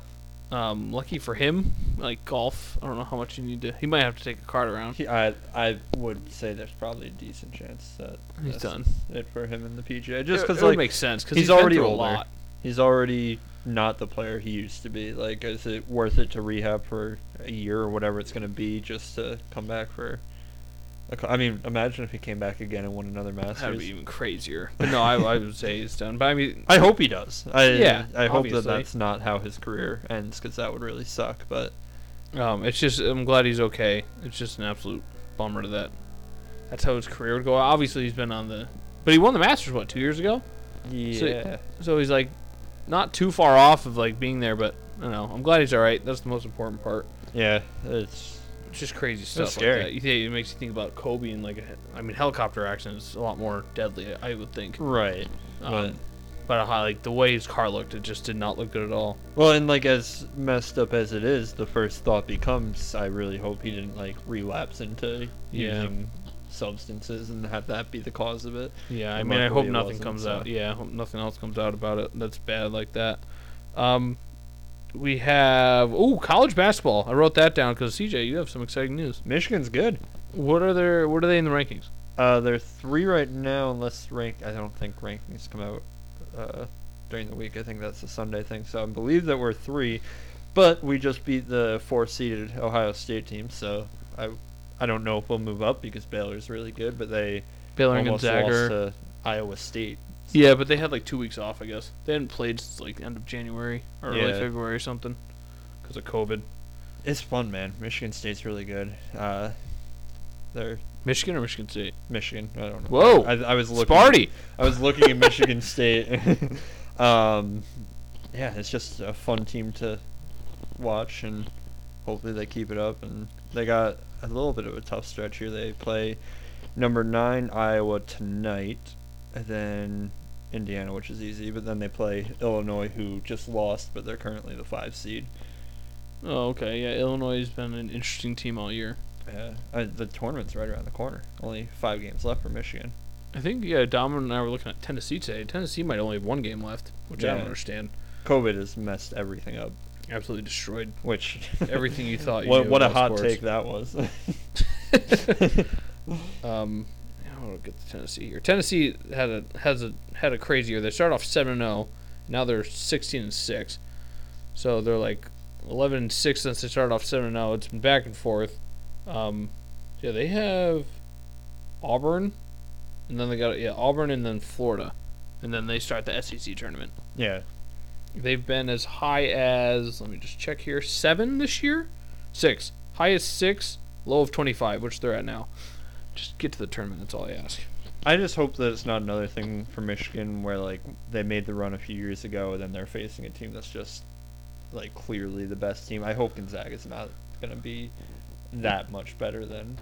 S3: Um, lucky for him, like golf. I don't know how much you need to. He might have to take a cart around.
S2: He- I I would say there's probably a decent chance that
S3: He's
S2: that's
S3: done.
S2: It for him in the PGA, just
S3: It-
S2: because
S3: it would
S2: like
S3: make sense because
S2: he's
S3: been
S2: already
S3: through
S2: older.
S3: a lot.
S2: he's already not the player he used to be. Like, is it worth it to rehab for a year or whatever it's going to be just to come back for? a cou- I mean, imagine if he came back again and won another
S3: That'd
S2: Masters.
S3: be even crazier. But no, I, I would say he's done. But I mean,
S2: I hope he does. I,
S3: Yeah,
S2: I hope that
S3: obviously.
S2: that's not how his career ends because that would really suck. But
S3: um, it's just I'm glad he's okay. It's just an absolute bummer that that's how his career would go. Obviously, he's been on the, but he won the Masters what two years ago,
S2: yeah,
S3: so he's like not too far off of like being there. But I don't know. I'm glad he's all right. That's the most important part.
S2: yeah, it's
S3: It's just crazy stuff.
S2: scary.
S3: Like that. Yeah, it makes you think about Kobe and like, a, I mean, helicopter accidents a lot more deadly, I would think.
S2: right. but-
S3: Um, but how, like the way his car looked, it just did not look good at all.
S2: Well, and like as messed up as it is, the first thought becomes, I really hope he didn't like relapse into
S3: Yeah.
S2: using substances and have that be the cause of it.
S3: Yeah, I
S2: And
S3: mean, I
S2: luckily
S3: hope
S2: it
S3: nothing
S2: wasn't,
S3: comes
S2: so-
S3: out. Yeah, I hope nothing else comes out about it. That's bad like that. Um, we have oh college basketball. I wrote that down because CJ, you have some exciting news.
S2: Michigan's good.
S3: What are their What are they in the rankings?
S2: Uh, they're three right now, unless rank. I don't think rankings come out uh, during the week. I think that's a Sunday thing. So I believe that we're three, but we just beat the four-seeded Ohio State team. So I, I don't know if we'll move up because Baylor's really good, but they
S3: Baylor and
S2: almost lost
S3: Gonzaga.
S2: to Iowa State.
S3: Yeah, but they had like two weeks off, I guess. They hadn't played since like end of January or early
S2: Yeah.
S3: February or something because of COVID.
S2: It's fun, man. Michigan State's really good. Uh, they're
S3: Michigan or Michigan State?
S2: Michigan. I don't know.
S3: Whoa.
S2: I, I was looking.
S3: Sparty.
S2: I was looking at Michigan State. um, yeah, it's just a fun team to watch, and hopefully they keep it up. And they got a little bit of a tough stretch here. They play number nine Iowa tonight, and then Indiana, which is easy. But then they play Illinois, who just lost, but they're currently the five seed.
S3: Oh, okay. Yeah, Illinois has been an interesting team all year.
S2: Yeah, uh, the tournament's right around the corner. Only five games left for Michigan.
S3: I think yeah, Dominic and I were looking at Tennessee today. Tennessee might only have one game left, which I don't
S2: Yeah.
S3: understand.
S2: COVID has messed everything up.
S3: Absolutely destroyed
S2: Which
S3: everything you thought. You
S2: what
S3: knew
S2: what a
S3: about
S2: hot
S3: sports.
S2: take that was.
S3: Um, I want to get to Tennessee here. Tennessee had a has a had a crazy year. They started off seven and zero. Now they're sixteen and six. So they're like eleven and six since they started off seven and zero. It's been back and forth. Um, yeah, they have Auburn, and then they got yeah Auburn and then Florida, and then they start the SEC tournament.
S2: yeah,
S3: They've been as high as let me just check here seven this year, six highest six, low of twenty five, which they're at now. Just get to the tournament. That's all I ask.
S2: I just hope that it's not another thing for Michigan where like they made the run a few years ago and then they're facing a team that's just like clearly the best team. I hope Gonzaga's not gonna be that much better than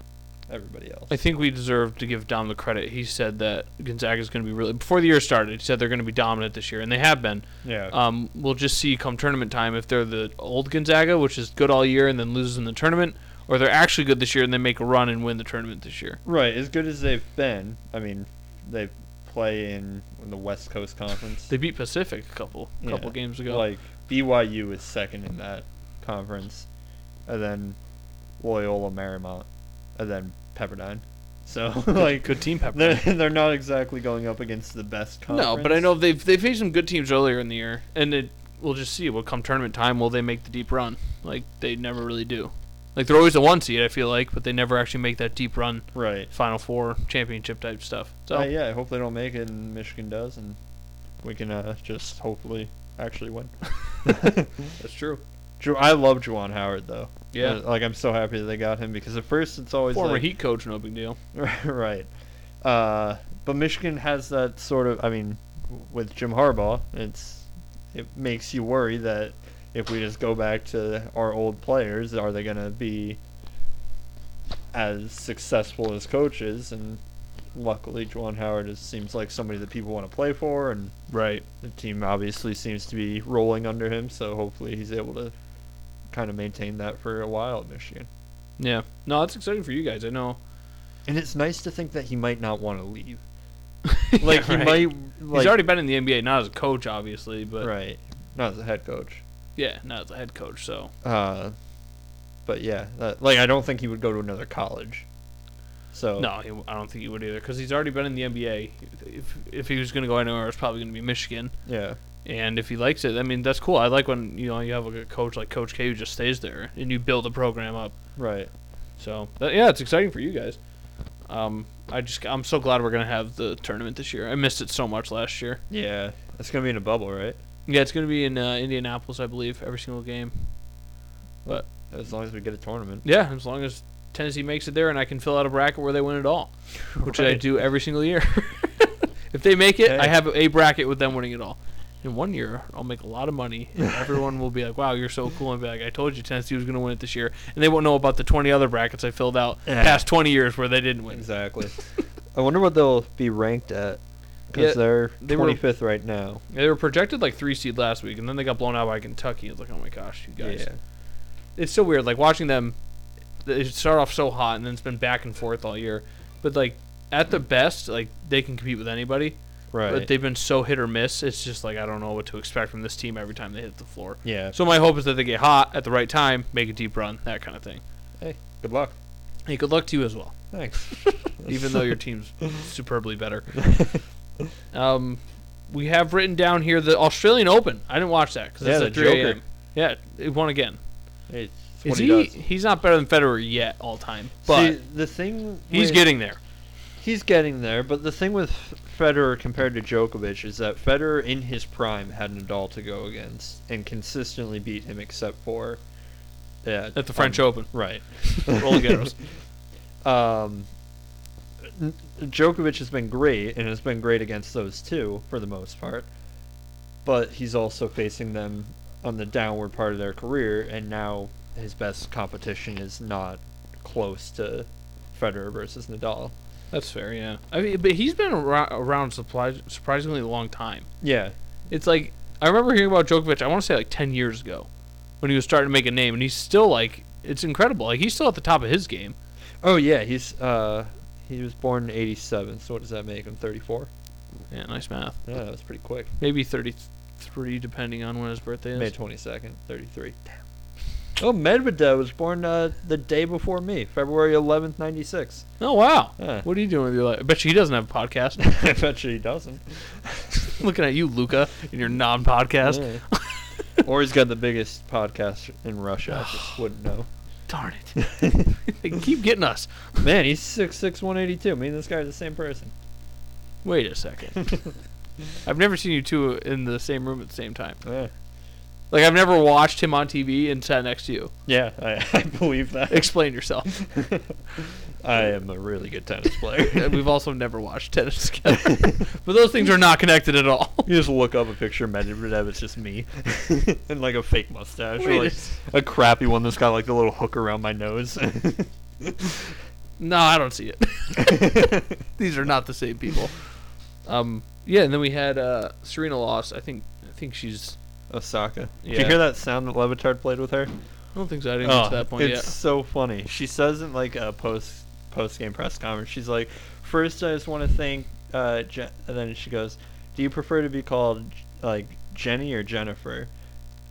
S2: everybody else.
S3: I think we deserve to give Dom the credit. He said that Gonzaga is going to be really before the year started. He said they're going to be dominant this year, and they have been.
S2: yeah,
S3: Um, we'll just see come tournament time if they're the old Gonzaga, which is good all year and then loses in the tournament, or they're actually good this year and they make a run and win the tournament this year.
S2: right. As good as they've been, I mean, they play in, in the West Coast Conference.
S3: They beat Pacific a couple
S2: Yeah.
S3: couple games ago.
S2: Like BYU is second in that conference, and then Loyola Marymount, and then Pepperdine. So like
S3: good team, Pepper.
S2: they're they're not exactly going up against the best conference.
S3: No, but I know they've they faced some good teams earlier in the year, and it we'll just see. Will come tournament time, will they make the deep run? Like they never really do. Like they're always the one seed, I feel like, but they never actually make that deep run,
S2: right.
S3: Final Four, championship type stuff. So
S2: So yeah, I hope they don't make it, and Michigan does, and we can uh, just hopefully actually win.
S3: that's true.
S2: Ju- I love Juwan Howard though.
S3: Yeah,
S2: Uh, like I'm so happy that they got him because at first it's always
S3: former
S2: like,
S3: Heat coach, no big deal.
S2: right. Uh, but Michigan has that sort of. I mean, with Jim Harbaugh, it's it makes you worry that if we just go back to our old players, are they going to be as successful as coaches? And luckily, Juwan Howard is, seems like somebody that people want to play for, and
S3: Right.
S2: the team obviously seems to be rolling under him. So hopefully, he's able to kind of maintain that for a while at Michigan.
S3: Yeah. No, that's exciting for you guys. I know.
S2: And it's nice to think that he might not want to leave.
S3: Yeah,
S2: Like
S3: right.
S2: he might. Like,
S3: He's already been in the NBA, not as a coach, obviously, but
S2: right. Not as a head coach.
S3: yeah, not as a head coach. So
S2: Uh, but yeah, that, like I don't think he would go to another college. So
S3: no, he, I don't think he would either because he's already been in the NBA. If if he was going to go anywhere, it's probably going to be Michigan.
S2: yeah,
S3: And if he likes it, I mean, that's cool. I like when you know you have a coach like Coach K who just stays there and you build the program up.
S2: right.
S3: So that, yeah, it's exciting for you guys. Um, I just I'm so glad we're gonna have the tournament this year. I missed it so much last year.
S2: Yeah, it's gonna be in a bubble, right?
S3: Yeah, it's gonna be in uh, Indianapolis, I believe, every single game.
S2: As long as we get a tournament.
S3: Yeah, as long as Tennessee makes it there and I can fill out a bracket where they win it all, which I
S2: Right.
S3: do every single year. if they make it, I
S2: Hey.
S3: have a bracket with them winning it all. In one year, I'll make a lot of money, and everyone will be like, "Wow, you're so cool!" And be like, "I told you Tennessee was going to win it this year," and they won't know about the 20 other brackets I filled out
S2: Yeah. Mm.
S3: past 20 years where they didn't win.
S2: Exactly. I wonder what they'll be ranked at because
S3: Yeah,
S2: they're
S3: they were-
S2: twenty fifth right now.
S3: Yeah, They were projected like three seed last week, and then they got blown out by Kentucky. It's like, oh my gosh, you guys.
S2: Yeah.
S3: It's so weird. Like watching them, they start off so hot, and then it's been back and forth all year. But like at the best, like they can compete with anybody.
S2: Right.
S3: But they've been so hit or miss. It's just like I don't know what to expect from this team every time they hit the floor.
S2: yeah.
S3: So my hope is that they get hot at the right time, make a deep run, that kind of thing.
S2: Hey, good luck.
S3: Hey, good luck to you as well.
S2: Thanks.
S3: even though your team's superbly better. Um, we have written down here the Australian Open. I didn't watch that because
S2: Yeah,
S3: that's
S2: the
S3: at 3
S2: Joker.
S3: a.m. Yeah, he won again.
S2: it's
S3: Is
S2: what
S3: he?
S2: he, does.
S3: He's not better than Federer yet, all time, but
S2: See, the thing
S3: he's
S2: with-
S3: getting there.
S2: He's getting there, but the thing with Federer compared to Djokovic is that Federer in his prime had Nadal to go against and consistently beat him except for yeah,
S3: At the French
S2: um,
S3: Open.
S2: Right.
S3: Roland Garros.
S2: Um N- Djokovic has been great and has been great against those two for the most part. But he's also facing them on the downward part of their career and now his best competition is not close to Federer versus Nadal.
S3: That's fair, yeah. I mean, but he's been ar- around suppli- surprisingly long time.
S2: Yeah.
S3: It's like I remember hearing about Djokovic. I want to say like ten years ago, when he was starting to make a name, and he's still like it's incredible. Like he's still at the top of his game.
S2: Oh yeah, he's uh he was born in '87. So what does that make him? 34.
S3: Yeah, nice math.
S2: Yeah, that was pretty quick.
S3: maybe 33 depending on when his birthday is
S2: May 22nd, 33. Damn. Oh, Medvedev was born uh, the day before me, February 11th, 96.
S3: oh wow
S2: Yeah.
S3: what are you doing with your life i bet you he doesn't have a podcast
S2: I bet you he doesn't.
S3: looking at you luca in your non-podcast
S2: Yeah. or he's got the biggest podcast in Russia. I just wouldn't know.
S3: darn it they keep getting us
S2: Man, he's 6'6", 182. Me and this guy are the same person.
S3: wait a second i've never seen you two in the same room at the same time
S2: Yeah,
S3: like i've never watched him on tv and sat next to you
S2: yeah I, I believe that.
S3: explain yourself
S2: I am a really good tennis player.
S3: And we've also never watched tennis together but those things are not connected at all
S2: You just look up a picture of Medvedev, it's just me. and like a fake mustache.
S3: Wait a
S2: Or like
S3: s-
S2: a crappy one that's got like the little hook around my nose.
S3: no i don't see it these are not the same people um yeah and then we had uh serena lost i think i think she's
S2: Osaka. Did
S3: Yeah.
S2: you hear that sound that Levitard played with her?
S3: I don't think so. I didn't get to that point
S2: Oh, it's
S3: yet.
S2: so funny. She says in like a post post game press conference, she's like, First I just want to thank uh Je-, and then she goes, Do you prefer to be called like Jenny or Jennifer?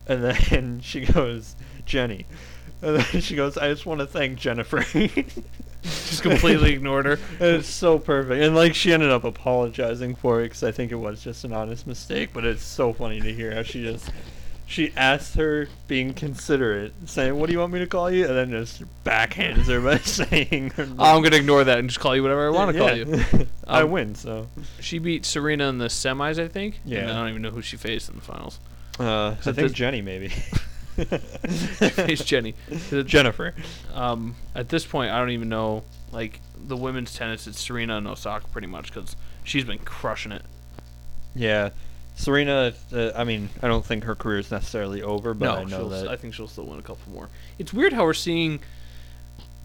S2: And then she goes, Jenny. And then she goes, I just want to thank Jennifer.
S3: Just completely ignored her.
S2: And it's so perfect. And like she ended up apologizing for it because I think it was just an honest mistake. But it's so funny to hear how she just she asked her being considerate, saying, "What do you want me to call you?" And then just backhands her by saying,
S3: Oh, I'm gonna ignore that and just call you whatever I want to call you.
S2: you." I
S3: Um,
S2: win, so
S3: She beat Serena in the semis, I think. and
S2: Yeah.
S3: I don't even know who she faced in the finals.
S2: uh, I
S3: so
S2: think
S3: does-
S2: Jenny maybe.
S3: She faced Jenny.
S2: Jennifer.
S3: Um, at this point, I don't even know like the women's tennis. It's Serena and Osaka pretty much because she's been crushing it.
S2: Yeah, Serena, uh, I mean, I don't think her career is necessarily over, but I know
S3: she'll,
S2: that.
S3: I think she'll still win a couple more. It's weird how we're seeing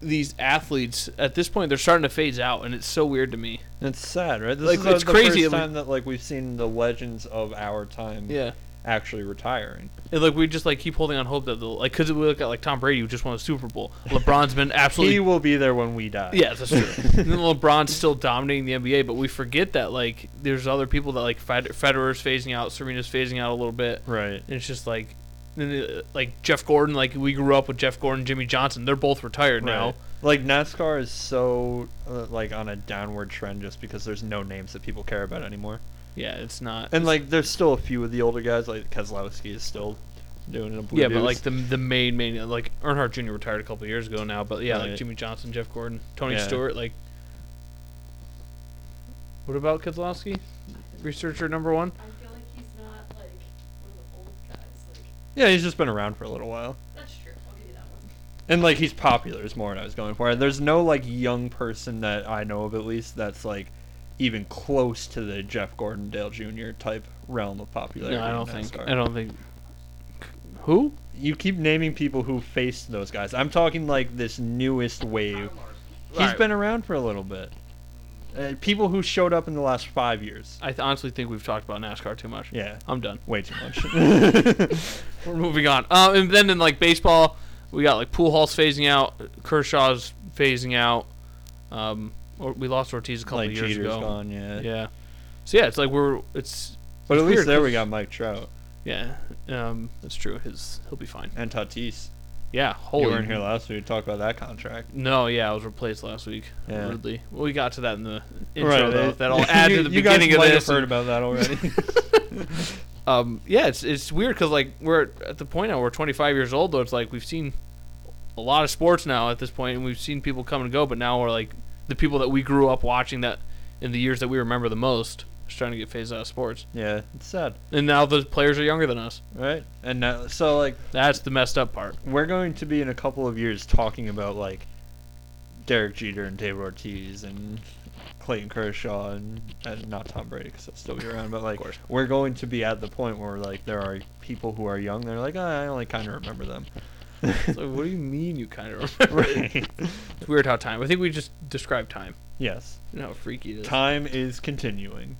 S3: these athletes at this point. They're starting to phase out, and it's so weird to me.
S2: it's sad, right? This
S3: Like,
S2: is the,
S3: it's
S2: the
S3: crazy,
S2: first
S3: like-
S2: time that like we've seen the legends of our time actually retiring.
S3: and like we just like keep holding on hope that the like because we look at like Tom Brady who just won a Super Bowl. LeBron's been absolutely
S2: He will be there when we die.
S3: Yeah, that's true. and then LeBron's still dominating the NBA, but we forget that like there's other people that like Fed- Federer's phasing out, Serena's phasing out a little bit.
S2: Right.
S3: And it's just like, then uh, like Jeff Gordon, like we grew up with Jeff Gordon, Jimmy Johnson. They're both retired now.
S2: Right. Like NASCAR is so uh, like on a downward trend just because there's no names that people care about anymore.
S3: Yeah, it's not.
S2: And like there's still a few of the older guys like Keselowski is still doing it. in Blue
S3: yeah, but
S2: Deuce.
S3: like the the main main like Earnhardt Jr. retired a couple years ago now, but yeah, like
S2: Right.
S3: Jimmy Johnson, Jeff Gordon, Tony
S2: Yeah.
S3: Stewart, like. What about Keselowski, researcher number one?
S4: I feel like he's not like one of the old guys. Like
S2: yeah, he's just been around for a little while.
S4: that's true. I'll give you that one.
S2: And like he's popular is more what I was going for. And there's no like young person that I know of at least that's like even close to the Jeff Gordon Dale Jr. type realm of popularity.
S3: No, I
S2: in
S3: don't think.
S2: NASCAR.
S3: I don't think. Who?
S2: You keep naming people who faced those guys. I'm talking like this newest wave. He's
S3: Alright.
S2: been around for a little bit. Uh, people who showed up in the last five years.
S3: I th- honestly think we've talked about NASCAR too much.
S2: Yeah,
S3: I'm done.
S2: way too much.
S3: We're moving on. Um, and then in like baseball, we got like Pujols phasing out, Kershaw's phasing out. Um, or we lost Ortiz a couple
S2: like
S3: of years
S2: Jeter's
S3: ago.
S2: gone, yeah.
S3: Yeah. So yeah, it's like we're it's
S2: But at
S3: It's
S2: least
S3: weird
S2: there
S3: 'cause-
S2: we got Mike Trout
S3: yeah. Um, that's true. His he'll be fine.
S2: and Tatis.
S3: Yeah. Holy.
S2: you weren't here last week to talk about that contract.
S3: No, yeah, I was replaced last week.
S2: Yeah.
S3: Rudely. Well, we got to that in the intro though.
S2: uh,
S3: That'll add
S2: you,
S3: to the
S2: you
S3: beginning
S2: guys
S3: of
S2: might
S3: this.
S2: Have heard
S3: and-
S2: about that already.
S3: um, yeah, it's it's weird because like we're at the point now we're 25 years old though. It's like we've seen a lot of sports now at this point, and we've seen people come and go. But now we're like the people that we grew up watching that in the years that we remember the most, is trying to get phased out of sports.
S2: yeah, it's sad,
S3: And now the players are younger than us.
S2: right? And now, so like
S3: That's the messed up part.
S2: we're going to be in a couple of years talking about like Derek Jeter and David Ortiz and Clayton Kershaw and, and not Tom Brady because he'll still be around, but like
S3: course.
S2: we're going to be at the point where like there are people who are young, they're like, "Ah, I only kind of remember them.
S3: It's like, what do you mean you kind of remember?
S2: right.
S3: It's weird how time. I think we just described time
S2: Yes.
S3: and how freaky it is.
S2: Time is continuing.